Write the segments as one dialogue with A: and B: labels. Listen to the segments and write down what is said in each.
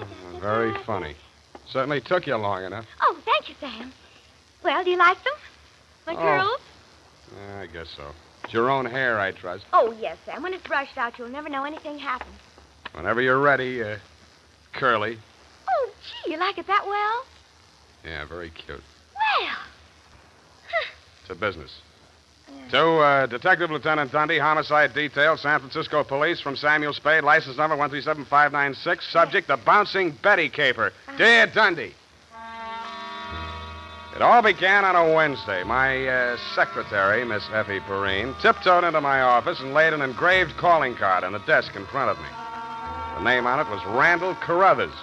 A: Mm-hmm, Very funny. Certainly took you long enough.
B: Oh, thank you, Sam. Well, do you like them? My
A: Oh.
B: curls?
A: Yeah, I guess so. It's your own hair, I trust.
B: Oh, yes, Sam. When it's brushed out, you'll never know anything happened.
A: Whenever you're ready, uh, curly.
B: Oh, gee, you like it that well?
A: Yeah, very cute.
B: Well.
A: It's a business. To uh, Detective Lieutenant Dundee, Homicide Detail, San Francisco Police, from Samuel Spade, license number 137596, subject, the Bouncing Betty Caper. Dear Dundee. It all began on a Wednesday. My uh, secretary, Miss Effie Perrine, tiptoed into my office and laid an engraved calling card on the desk in front of me. The name on it was Randall Carruthers.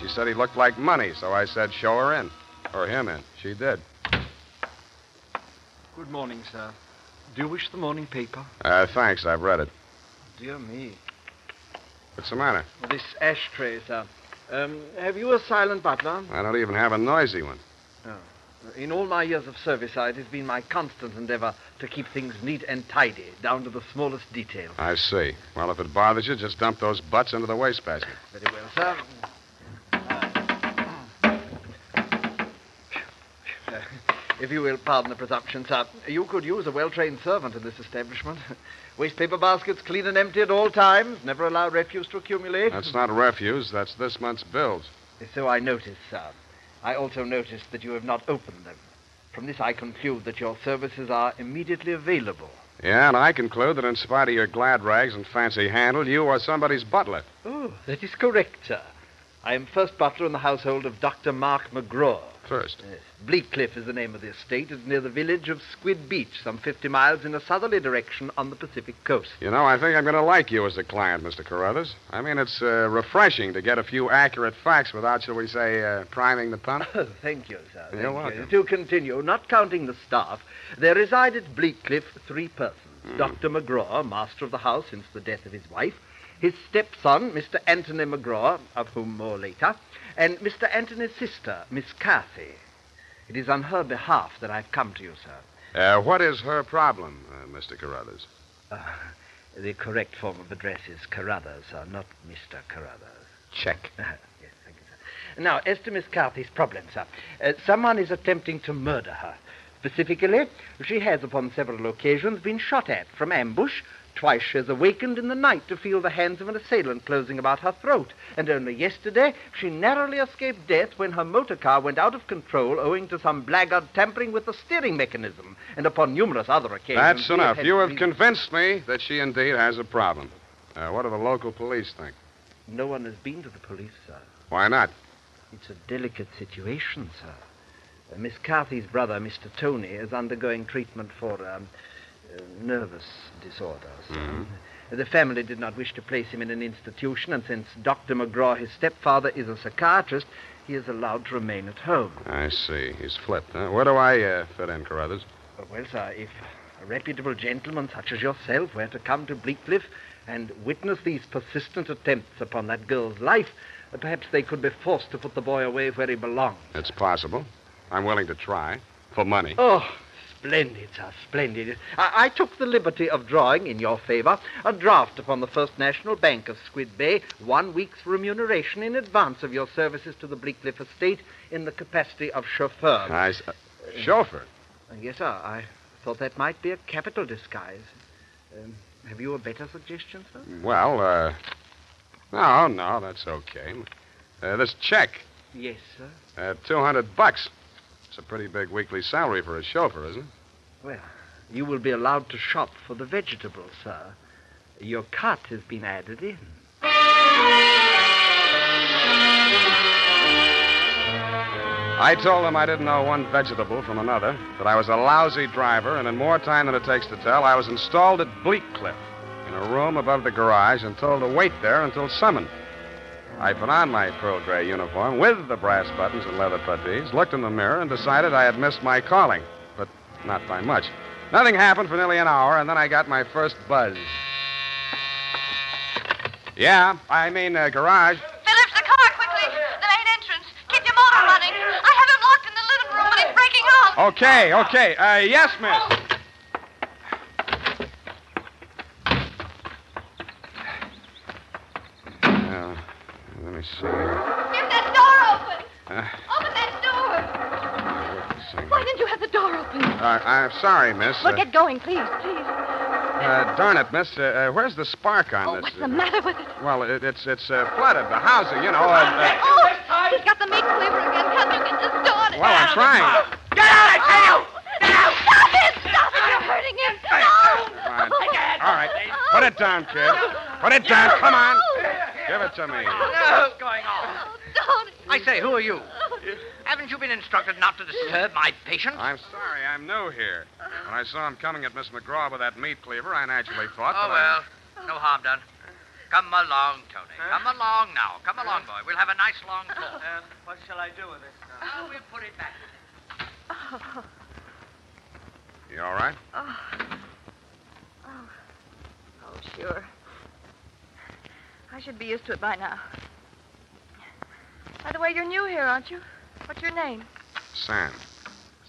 A: She said he looked like money, so I said, show her in. Or him in. She did.
C: Good morning, sir. Do you wish the morning paper?
A: Uh, thanks, I've read it.
C: Dear me.
A: What's the matter?
C: This ashtray, sir. Um, have you a silent butler?
A: I don't even have a noisy one.
C: In all my years of service, it has been my constant endeavor to keep things neat and tidy, down to the smallest detail.
A: I see. Well, if it bothers you, just dump those butts into the wastebasket.
C: Very well, sir. Uh, If you will pardon the presumption, sir, you could use a well-trained servant in this establishment. Waste paper baskets clean and empty at all times. Never allow refuse to accumulate.
A: That's not refuse. That's this month's bills.
C: So I noticed, sir. I also noticed that you have not opened them. From this, I conclude that your services are immediately available.
A: Yeah, and I conclude that in spite of your glad rags and fancy handle, you are somebody's butler.
C: Oh, that is correct, sir. I am first butler in the household of Dr. Mark McGraw.
A: First.
C: Yes, Bleakcliff is the name of the estate. It's near the village of Squid Beach, some 50 miles in a southerly direction on the Pacific coast.
A: You know, I think I'm going to like you as a client, Mr. Carruthers. I mean, it's uh, refreshing to get a few accurate facts without, shall we say, uh, priming the pump.
C: Oh, thank you, sir.
A: You're
C: Thank you.
A: welcome.
C: To continue, not counting the staff, there reside at Bleakcliff three persons.
A: Hmm.
C: Dr. McGraw, master of the house since the death of his wife, his stepson, Mr. Anthony McGraw, of whom more later, and Mr. Anthony's sister, Miss Cathy. It is on her behalf that I've come to you, sir.
A: Uh, what is her problem, uh, Mr. Carruthers?
C: The correct form of address is Carruthers, sir, not Mr. Carruthers.
A: Check.
C: Ah, yes, thank you, sir. Now, as to Miss Carthy's problem, sir. Uh, someone is attempting to murder her. Specifically, she has, upon several occasions, been shot at from ambush. Twice she has awakened in the night to feel the hands of an assailant closing about her throat. And only yesterday, she narrowly escaped death when her motor car went out of control owing to some blackguard tampering with the steering mechanism. And upon numerous other occasions.
A: That's
C: she
A: enough.
C: had
A: You have
C: reason-
A: convinced me that she indeed has a problem. Uh, what do the local police think?
C: No one has been to the police, sir.
A: Why not?
C: It's a delicate situation, sir. Uh, Miss Carthy's brother, Mr. Tony, is undergoing treatment for um, uh, nervous disorder, sir. The family did not wish to place him in an institution, and since Dr. McGraw, his stepfather, is a psychiatrist, he is allowed to remain at home.
A: I see. He's flipped, huh? Where do I uh, fit in, Carruthers?
C: Uh, Well, sir, if a reputable gentleman such as yourself were to come to Bleakcliff and witness these persistent attempts upon that girl's life, uh, perhaps they could be forced to put the boy away where he belongs.
A: It's possible. I'm willing to try. For money.
C: Oh, splendid, sir, splendid. I, I took the liberty of drawing in your favor a draft upon the First National Bank of Squid Bay, one week's remuneration in advance of your services to the Bleakliff estate in the capacity of chauffeur.
A: I s- uh, chauffeur.
C: Yes, sir, I thought that might be a capital disguise. Um, have you a better suggestion, sir?
A: Well, uh. No, no, that's okay. Uh, this check,
C: Yes, sir.
A: uh, 200 bucks. It's a pretty big weekly salary for a chauffeur, isn't it?
C: Well, you will be allowed to shop for the vegetables, sir. Your cart has been added in.
A: I I told them I didn't know one vegetable from another, that I was a lousy driver, and in more time than it takes to tell, I was installed at Bleak Cliff in a room above the garage and told to wait there until summoned. I put on my pearl gray uniform with the brass buttons and leather puttees, looked in the mirror, and decided I had missed my calling, but not by much. Nothing happened for nearly an hour, and then I got my first buzz. Yeah, I mean, uh, garage.
B: Phillips, the car quickly. The main entrance. Keep your motor running. I have him locked in the living room and he's breaking out.
A: Okay, okay. Uh, yes, miss. Uh, let me see. Uh,
B: Get that door open.
A: uh,
B: Open that door.
A: let me see.
D: Why didn't you have the door open?
A: Uh, I'm sorry, miss.
D: Well,
A: Uh,
D: get going, please, please.
A: uh, darn it, miss. Uh, uh, where's the spark on
D: Oh,
A: this?
D: what's the matter with it?
A: Well, it, it's it's uh, flooded. The housing, you know. Uh, uh,
B: Oh, he's got the meat cleaver again. Can't you get this door?
A: well, I'm trying.
B: Stop it! Stop it! You're hurting him. No!
A: All right. All right. Put it down, kid. Put it down. Come on. Give it to me.
C: What's going on?
B: Oh, don't.
C: I say, who are you? Haven't you been instructed not to disturb my patient?
A: I'm sorry, I'm new here. When I saw him coming at Miss McGraw with that meat cleaver, I naturally thought.
C: Oh,
A: that I-
C: well. No harm done. Come along, Tony. Come along now. Come along, boy. We'll have a nice long talk.
E: What shall I do with it?
C: Oh, we'll put it back.
A: You all right?
B: Oh, sure. I should be used to it by now. By the way, you're new here, aren't you? What's your name?
A: Sam.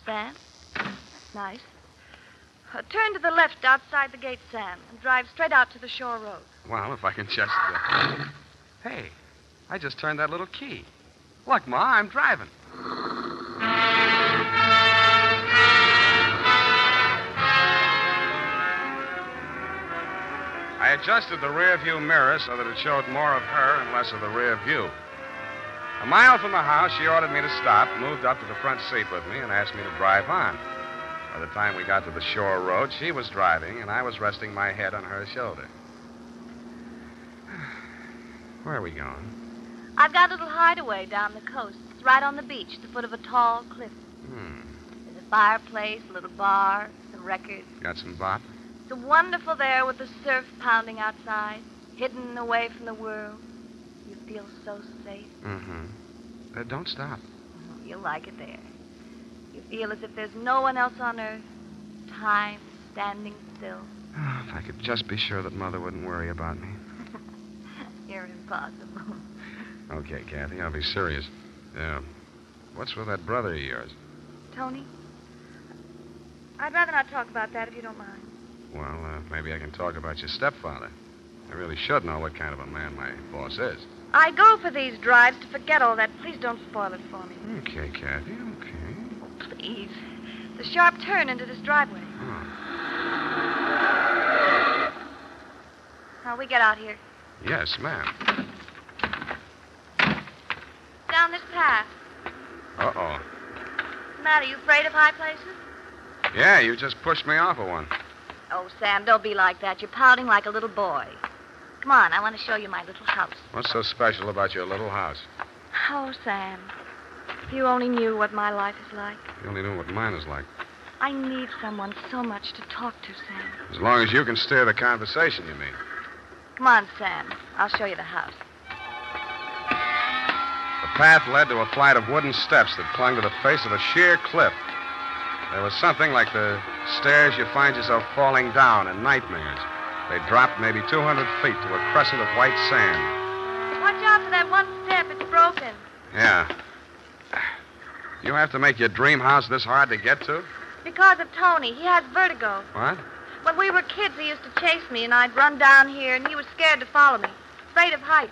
B: Sam. That's nice. Uh, turn to the left outside the gate, Sam, and drive straight out to the shore road.
A: Well, if I can just. Uh... Hey, I just turned that little key. Look, Ma, I'm driving. I adjusted the rear view mirror so that it showed more of her and less of the rear view. A mile from the house, she ordered me to stop, moved up to the front seat with me, and asked me to drive on. By the time we got to the shore road, she was driving, and I was resting my head on her shoulder. Where are we going?
B: I've got a little hideaway down the coast. It's right on the beach at the foot of a tall cliff.
A: Hmm.
B: There's a fireplace, a little bar, some records.
A: Got some bop?
B: It's wonderful there with the surf pounding outside, hidden away from the world. You feel so safe.
A: Mm-hmm. Uh, don't stop.
B: Oh, You'll like it there. You feel as if there's no one else on earth. Time standing still.
A: Oh, if I could just be sure that Mother wouldn't worry about me.
B: You're impossible.
A: Okay, Kathy, I'll be serious. Uh, what's with that brother of yours?
B: Tony, I'd rather not talk about that if you don't mind.
A: Well, uh, maybe I can talk about your stepfather. I really should know what kind of a man my boss is.
B: I go for these drives to forget all that. Please don't spoil it for me.
A: Okay, Kathy, okay.
B: Oh, please. The sharp turn into this driveway.
A: Oh,
B: Now, we get out here.
A: yes, ma'am.
B: Down this path.
A: Uh-oh.
B: What's the matter? You afraid of high places?
A: Yeah, you just pushed me off of one.
B: Oh, Sam, don't be like that. You're pouting like a little boy. Come on, I want to show you my little house.
A: What's so special about your little house?
B: Oh, Sam. If you only knew what my life is like.
A: You only know what mine is like.
B: I need someone so much to talk to, Sam.
A: As long as you can steer the conversation, you mean.
B: Come on, Sam. I'll show you the house.
A: The path led to a flight of wooden steps that clung to the face of a sheer cliff. There was something like the stairs you find yourself falling down in nightmares. They dropped maybe 200 feet to a crescent of white sand.
B: Watch out for that one step. It's broken.
A: Yeah. You have to make your dream house this hard to get to?
B: Because of Tony. He has vertigo.
A: What?
B: When we were kids, he used to chase me, and I'd run down here, and he was scared to follow me. Afraid of heights.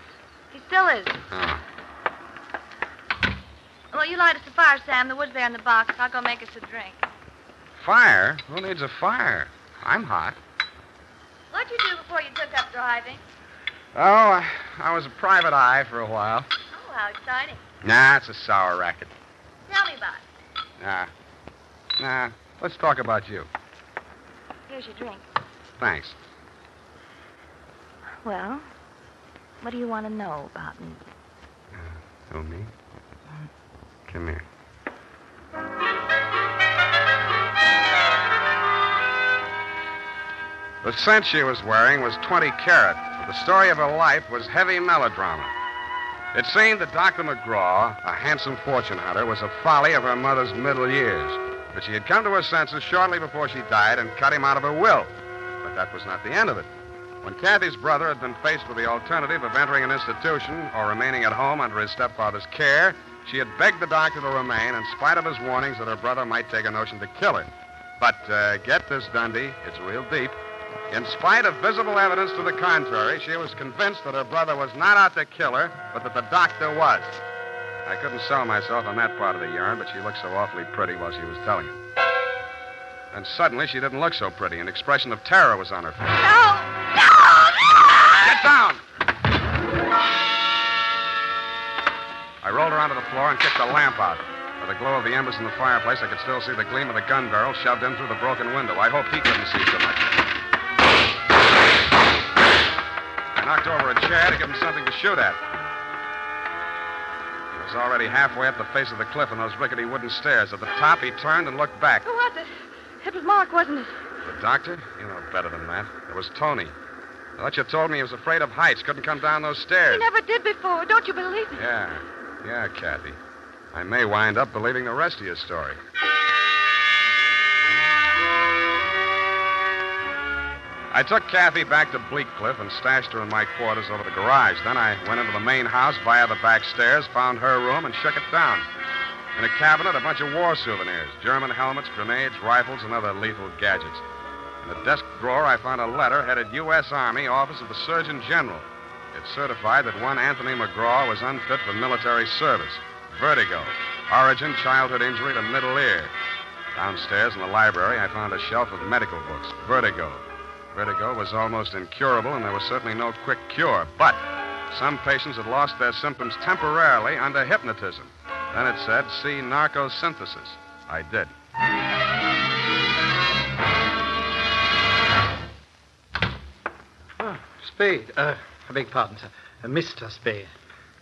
B: He still is.
A: Oh.
B: Well, you light us a fire, Sam. The wood's there in the box. I'll go make us a drink.
A: Fire? Who needs a fire? I'm hot.
B: What'd you do before you took up driving?
A: Oh, I, I was a private eye for a while.
B: Oh, how exciting.
A: Nah, it's a sour racket.
B: Tell me about it.
A: Nah. Nah. Let's talk about you.
B: Here's your drink.
A: Thanks.
B: Well, what do you want to know about me?
A: Oh, me? Come here. The scent she was wearing was 20 carat. The story of her life was heavy melodrama. It seemed that Dr. McGraw, a handsome fortune hunter, was a folly of her mother's middle years. But she had come to her senses shortly before she died and cut him out of her will. But that was not the end of it. When Kathy's brother had been faced with the alternative of entering an institution or remaining at home under his stepfather's care, she had begged the doctor to remain in spite of his warnings that her brother might take a notion to kill her. But uh, get this, Dundee, it's real deep. In spite of visible evidence to the contrary, she was convinced that her brother was not out to kill her, but that the doctor was. I couldn't sell myself on that part of the yarn, but she looked so awfully pretty while she was telling it. And suddenly she didn't look so pretty. An expression of terror was on her face.
D: Oh,
A: Get down! I rolled her onto the floor and kicked the lamp out. By the glow of the embers in the fireplace, I could still see the gleam of the gun barrel shoved in through the broken window. I hoped he couldn't see so much. I knocked over a chair to give him something to shoot at. He was already halfway up the face of the cliff on those rickety wooden stairs. At the top, he turned and looked back.
B: Who was it? It was Mark, wasn't it?
A: The doctor? You know better than that. It was Tony. I thought you told me he was afraid of heights, couldn't come down those
B: He
A: stairs.
B: never did before. Don't you believe me?
A: Yeah, yeah, Kathy. I may wind up believing the rest of your story. I took Kathy back to Bleak Cliff and stashed her in my quarters over the garage. Then I went into the main house via the back stairs, found her room, and shook it down. In a cabinet, a bunch of war souvenirs German helmets, grenades, rifles, and other lethal gadgets. In a desk drawer, I found a letter headed U.S. Army, Office of the Surgeon General. It certified that one Anthony McGraw was unfit for military service. Vertigo. Origin, childhood injury to middle ear. Downstairs in the library, I found a shelf of medical books. Vertigo. Vertigo was almost incurable, and there was certainly no quick cure. But some patients had lost their symptoms temporarily under hypnotism. Then it said, see narcosynthesis. I did.
F: Oh, Spade. Uh, I beg pardon, sir. Uh, Mr. Spade.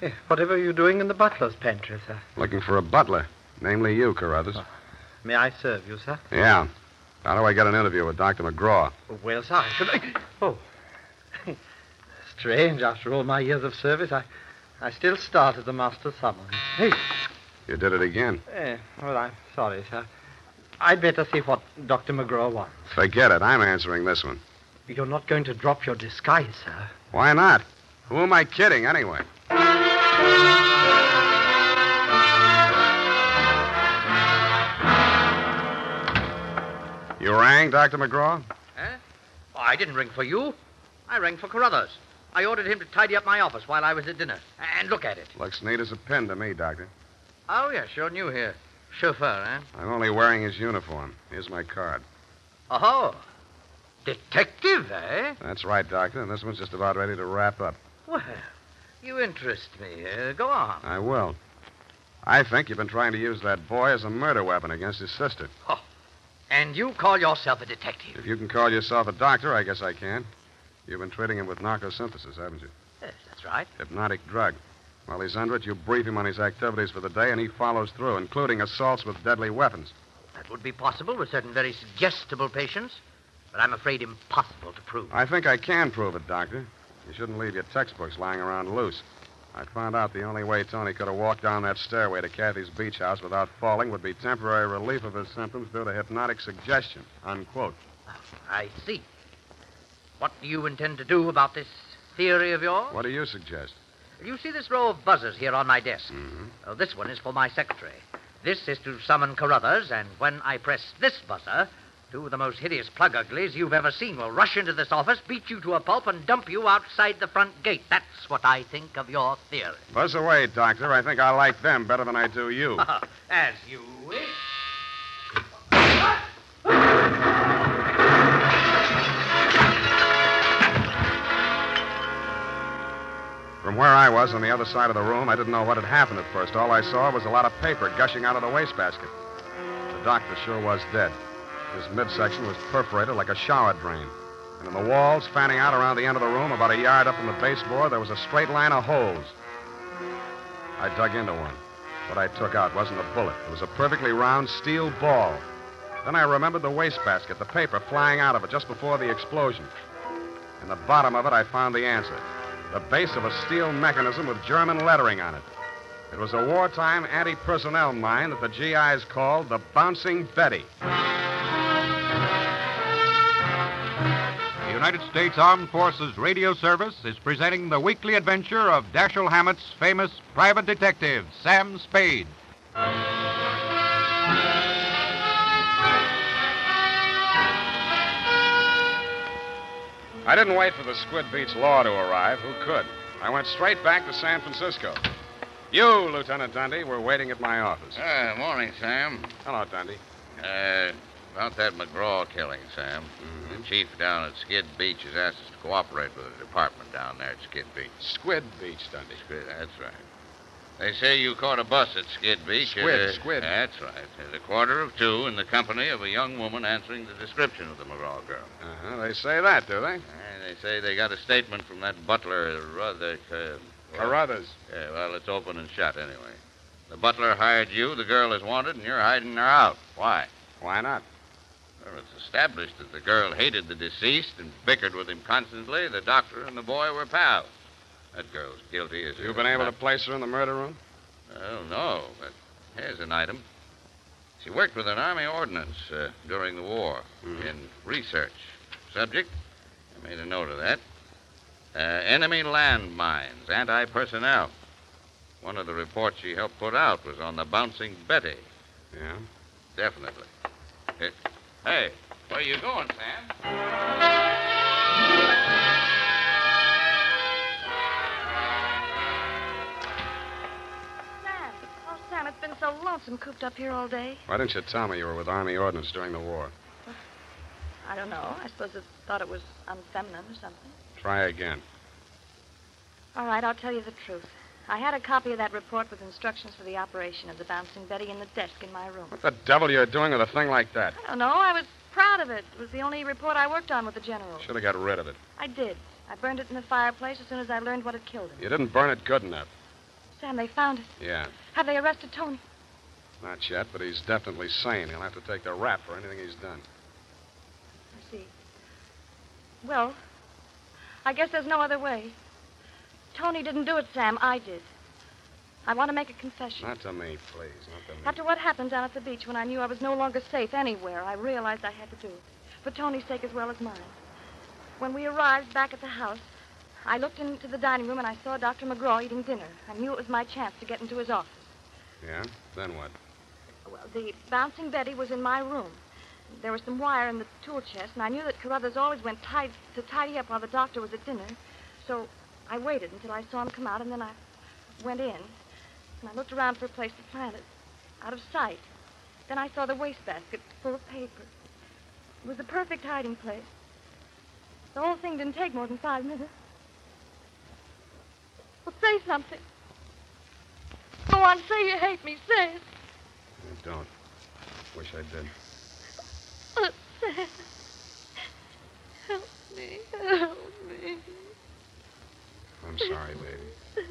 F: Eh, whatever are you doing in the butler's pantry, sir?
A: Looking for a butler, namely you, Carruthers.
F: May I serve you, sir?
A: Yeah. How do I get an interview with Dr. McGraw?
F: Well, sir, I should. Oh. Strange, after all my years of service, I, I still start at the master's summons. Hey.
A: You did it again.
F: Eh, well, I'm sorry, sir. I'd better see what Dr. McGraw wants.
A: Forget it. I'm answering this one.
F: You're not going to drop your disguise, sir.
A: Why not? Who am I kidding, anyway? You rang, Dr. McGraw?
C: Oh, I didn't ring for you. I rang for Carruthers. I ordered him to tidy up my office while I was at dinner and look at it.
A: Looks neat as a pin to me, Doctor.
C: Oh, yes, you're new here. Chauffeur, eh?
A: I'm only wearing his uniform. Here's my card.
C: Oh. Detective, eh?
A: That's right, Doctor, and this one's just about ready to wrap up.
C: Well, you interest me. Uh, go on.
A: I will. I think you've been trying to use that boy as a murder weapon against his sister.
C: And you call yourself a detective?
A: If you can call yourself a doctor, I guess I can. You've been treating him with narcosynthesis, haven't you?
C: Yes, that's right.
A: hypnotic drug. While he's under it, you brief him on his activities for the day, and he follows through, including assaults with deadly weapons.
C: That would be possible with certain very suggestible patients, but I'm afraid impossible to prove.
A: I think I can prove it, Doctor. You shouldn't leave your textbooks lying around loose. I found out the only way Tony could have walked down that stairway to Kathy's beach house without falling would be temporary relief of his symptoms due to hypnotic suggestion. Unquote.
C: I see. What do you intend to do about this theory of yours?
A: What do you suggest?
C: You see this row of buzzers here on my desk? Oh, this one is for my secretary. This is to summon Carruthers, and when I press this buzzer, two of the most hideous plug uglies you've ever seen will rush into this office, beat you to a pulp, and dump you outside the front gate. That's what I think of your theory.
A: Buzz away, Doctor. I think I like them better than I do you.
C: Ah, As you wish.
A: From where I was on the other side of the room, I didn't know what had happened at first. All I saw was a lot of paper gushing out of the wastebasket. The doctor sure was dead. His midsection was perforated like a shower drain. And in the walls, fanning out around the end of the room, about a yard up from the baseboard, there was a straight line of holes. I dug into one. What I took out wasn't a bullet. It was a perfectly round steel ball. Then I remembered the wastebasket, the paper flying out of it just before the explosion. In the bottom of it, I found the answer the base of a steel mechanism with German lettering on it. It was a wartime anti personnel mine that the GIs called the Bouncing Betty.
G: The United States Armed Forces Radio Service is presenting the weekly adventure of Dashiell Hammett's famous private detective, Sam Spade.
A: I didn't wait for the Squid Beach law to arrive. Who could? I went straight back to San Francisco. You, Lieutenant Dundee, were waiting at my office.
H: Uh, morning, Sam.
A: Hello, Dundee.
H: Uh, about that McGraw killing, Sam.
A: Mm-hmm.
H: The chief down at Skid Beach has asked us to cooperate with the department down there at Skid Beach.
A: Squid Beach, Dundee.
H: Squid, that's right. They say you caught a bus at Skid Beach.
A: Squid,
H: at a-
A: squid.
H: That's right. At a quarter of two, in the company of a young woman answering the description of the McGraw girl.
A: Uh-huh. They say that, do they?
H: And they say they got a statement from that butler, rather. Uh,
A: Carruthers.
H: Yeah, well, it's open and shut anyway. The butler hired you, the girl is wanted, and you're hiding her out. Why?
A: Why not?
H: Well, it's established that the girl hated the deceased and bickered with him constantly. The doctor and the boy were pals. That girl's guilty as
A: You've been able to place her in the murder room?
H: Oh no, but here's an item. She worked with an army ordnance uh, during the war
A: Mm-hmm.
H: in research. Subject, I made a note of that. Uh, enemy landmines, anti-personnel. One of the reports she helped put out was on the bouncing Betty.
A: Yeah.
H: Definitely. It- hey, where you going, Sam?
D: Sam. Oh, Sam, it's been so lonesome cooped up here all day.
A: Why didn't you tell me you were with Army Ordnance during the war?
D: I don't know. I suppose I thought it was unfeminine or something.
A: Try again.
D: All right, I'll tell you the truth. I had a copy of that report with instructions for the operation of the bouncing Betty in the desk in my room.
A: What the devil are you doing with a thing like that?
D: I don't know. I was proud of it. It was the only report I worked on with the general.
A: Should have got rid of it.
D: I did. I burned it in the fireplace as soon as I learned what had killed him.
A: You didn't burn it good enough.
D: Sam, they found it.
A: Yeah.
D: Have they arrested Tony?
A: Not yet, but he's definitely sane. He'll have to take the rap for anything he's done.
D: I see. Well, I guess there's no other way. Tony didn't do it, Sam. I did. I want to make a confession.
A: Not to me, please. Not to me.
D: After what happened down at the beach when I knew I was no longer safe anywhere, I realized I had to do it. For Tony's sake as well as mine. When we arrived back at the house, I looked into the dining room and I saw Dr. McGraw eating dinner. I knew it was my chance to get into his office.
A: Yeah? Then what?
D: Well, the bouncing Betty was in my room. There was some wire in the tool chest, and I knew that Carruthers always went tied to tidy up while the doctor was at dinner. So I waited until I saw him come out, and then I went in. And I looked around for a place to plant it, out of sight. Then I saw the wastebasket full of paper. It was the perfect hiding place. The whole thing didn't take more than five minutes. Well, say something. Go on, say you hate me. Say it.
A: I don't. Wish I did.
D: Help me. Help me.
A: I'm sorry, baby.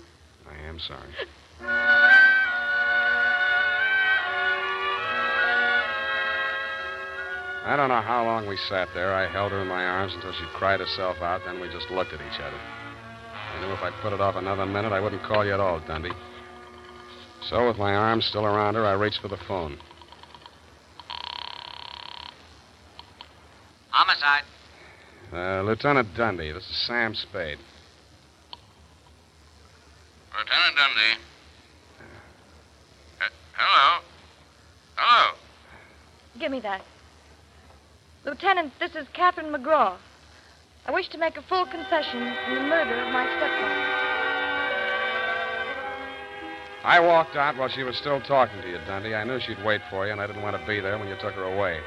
A: I am sorry. I don't know how long we sat there. I held her in my arms until she cried herself out. Then we just looked at each other. I knew if I put it off another minute, I wouldn't call you at all, Dundee. So, with my arms still around her, I reached for the phone.
I: Homicide.
A: Uh, Lieutenant Dundee, this is Sam Spade.
H: Lieutenant Dundee. Uh, hello. Hello.
D: Give me that. Lieutenant, this is Catherine McGraw. I wish to make a full confession in the murder of my stepfather.
A: I walked out while she was still talking to you, Dundee. I knew she'd wait for you, and I didn't want to be there when you took her away.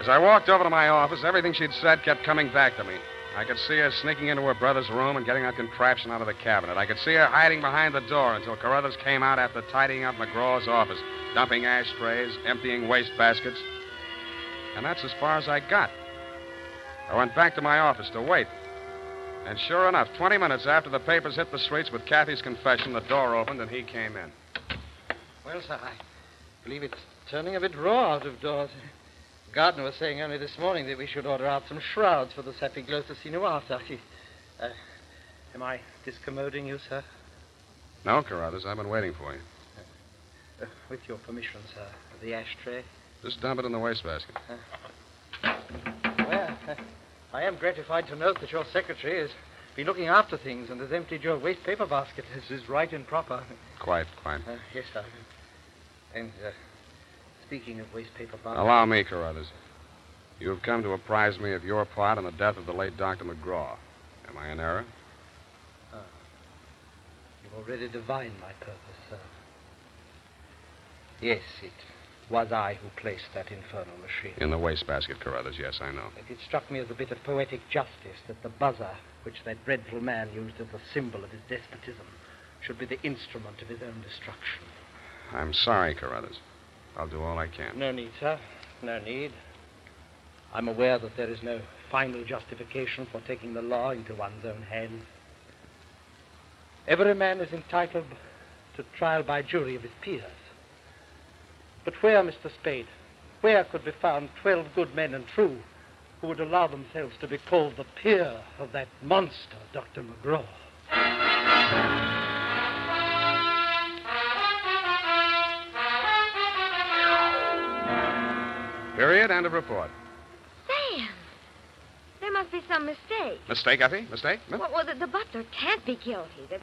A: As I walked over to my office, everything she'd said kept coming back to me. I could see her sneaking into her brother's room and getting that contraption out of the cabinet. I could see her hiding behind the door until Carruthers came out after tidying up McGraw's office, dumping ashtrays, emptying waste baskets. And that's as far as I got. I went back to my office to wait. And sure enough, 20 minutes after the papers hit the streets with Kathy's confession, the door opened and he came in.
J: Well, sir, I believe it's turning a bit raw out of doors.
C: Gardner was saying only this morning that we should order out some shrouds for this happy Glossinuata. He, uh, am I discommoding you, sir?
A: No, Carruthers, I've been waiting for you.
C: Uh, with your permission, sir. The ashtray.
A: Just dump it in the wastebasket.
C: Well, uh, I am gratified to note that your secretary has been looking after things and has emptied your waste paper basket, as is right and proper.
A: Quite, quite.
C: Uh, yes, sir. And uh, speaking of waste paper basket.
A: Allow me, Carruthers. You have come to apprise me of your part in the death of the late Dr. McGraw. Am I in error?
C: You've already divined my purpose, sir. Yes, it was I who placed that infernal machine.
A: In the wastebasket, Carruthers, yes, I know.
C: It struck me as a bit of poetic justice that the buzzer, which that dreadful man used as a symbol of his despotism, should be the instrument of his own destruction.
A: I'm sorry, Carruthers. I'll do all I can.
C: No need, sir. No need. I'm aware that there is no final justification for taking the law into one's own hands. Every man is entitled to trial by jury of his peers. But where, Mr. Spade, where could be found twelve good men and true who would allow themselves to be called the peer of that monster, Dr. McGraw?
A: Period. End of report.
D: Sam! There must be some mistake.
A: Mistake, Effie? Mistake? Mi-
D: Well, well the, the butler can't be guilty. That,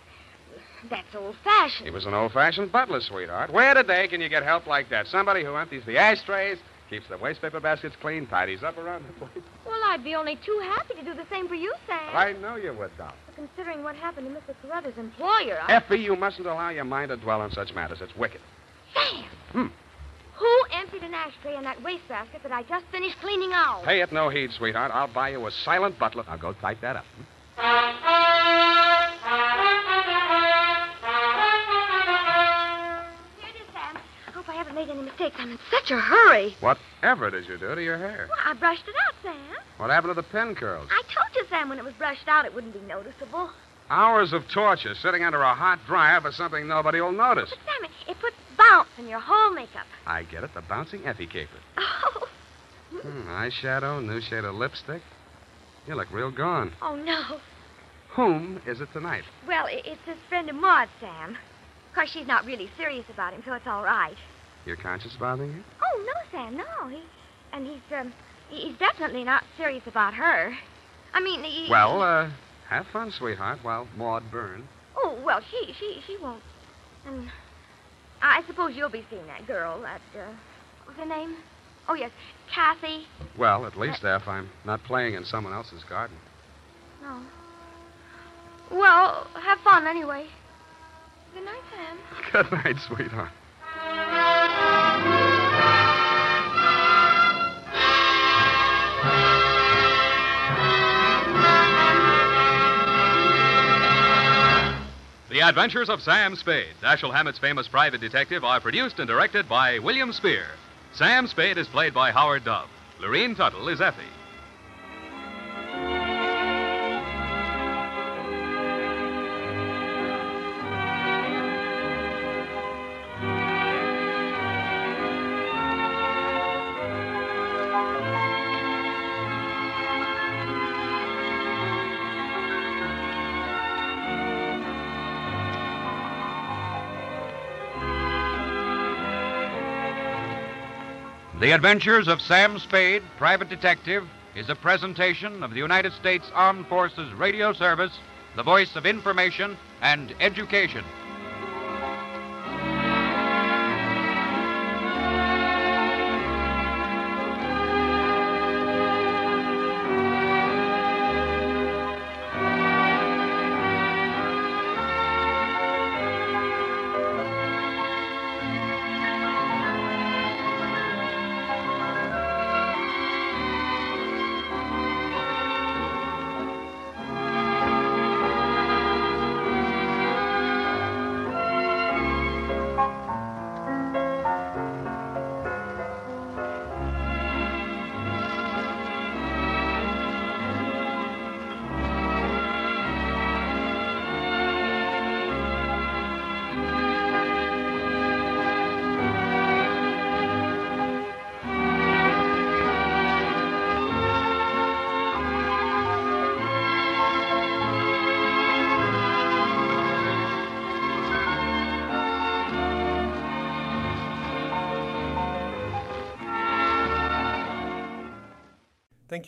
D: that's old fashioned.
A: He was an old fashioned butler, sweetheart. Where today can you get help like that? Somebody who empties the ashtrays, keeps the waste paper baskets clean, tidies up around the place.
D: Well, I'd be only too happy to do the same for you, Sam.
A: I know you would, Doc.
D: Considering what happened to Mr. Carruthers' employer, I.
A: Effie, you mustn't allow your mind to dwell on such matters. It's wicked.
D: Sam!
A: Hmm.
D: Who emptied an ashtray in that wastebasket that I just finished cleaning out?
A: Pay it no heed, sweetheart. I'll buy you a silent butler. Now go type that up. hmm?
D: Here it is, Sam. I hope I haven't made any mistakes. I'm in such a hurry.
A: Whatever did you do to your hair?
D: Well, I brushed it out, Sam.
A: What happened to the pin curls?
D: I told you, Sam, when it was brushed out, it wouldn't be noticeable.
A: Hours of torture sitting under a hot dryer for something nobody will notice.
D: But, Sam, it, it puts bounce in your whole makeup.
A: I get it. The bouncing Effie caper.
D: Oh,
A: Hmm, eyeshadow, new shade of lipstick. You look real gone.
D: oh no.
A: Whom is it tonight?
D: Well, i it's this friend of Maud, Sam. Of course, she's not really serious about him, so it's all right.
A: Your conscience bothering you?
D: Oh, no, Sam, no. He, and he's, um, he- he's definitely not serious about her. I mean, he...
A: Well, uh, have fun, sweetheart, while Maud burns.
D: Oh, well, she, she, she won't. And I suppose you'll be seeing that girl, that, uh, what's her name? Oh, yes, Kathy.
A: Well, at least if I'm not playing in someone else's garden.
D: No. Oh. Well, have fun anyway. Good night, Sam.
A: Good night, sweetheart.
K: The Adventures of Sam Spade, Dashiell Hammett's famous private detective, are produced and directed by William Spear. Sam Spade is played by Howard Dove. Lorene Tuttle is Effie.
L: The Adventures of Sam Spade, Private Detective, is a presentation of the United States Armed Forces Radio Service, the voice of information and education.
M: Thank